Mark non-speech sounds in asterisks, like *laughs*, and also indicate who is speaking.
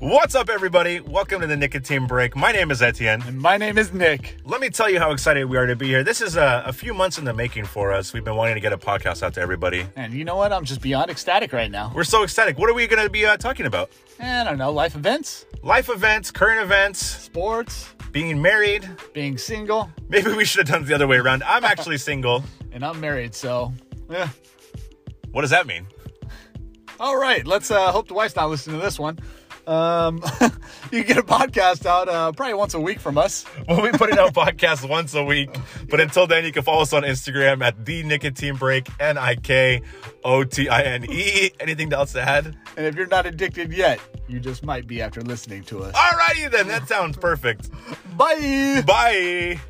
Speaker 1: What's up, everybody? Welcome to the Nicotine Break. My name is Etienne.
Speaker 2: And my name is Nick.
Speaker 1: Let me tell you how excited we are to be here. This is uh, a, a few months in the making for us. We've been wanting to get a podcast out to everybody.
Speaker 2: And you know what? I'm just beyond ecstatic right now.
Speaker 1: We're so ecstatic. What are we going to be uh, talking about?
Speaker 2: And I don't know, life events,
Speaker 1: Life events, current events,
Speaker 2: sports,
Speaker 1: being married.
Speaker 2: being single,
Speaker 1: Maybe we should have done it the other way around. I'm actually *laughs* single.
Speaker 2: and I'm married, so. eh.
Speaker 1: What does that mean?
Speaker 2: All right, let's uh, hope the wife's not listening to this one. Um, *laughs* you get a podcast out uh, probably once a week from us.
Speaker 1: Well, we put it out *laughs* podcasts once a week. But until then, you can follow us on Instagram at the Nicotine Break, N I K O T I N E. Anything else to add?
Speaker 2: And if you're not addicted yet, you just might be after listening to us.
Speaker 1: Alrighty then, that sounds perfect.
Speaker 2: Bye.
Speaker 1: Bye.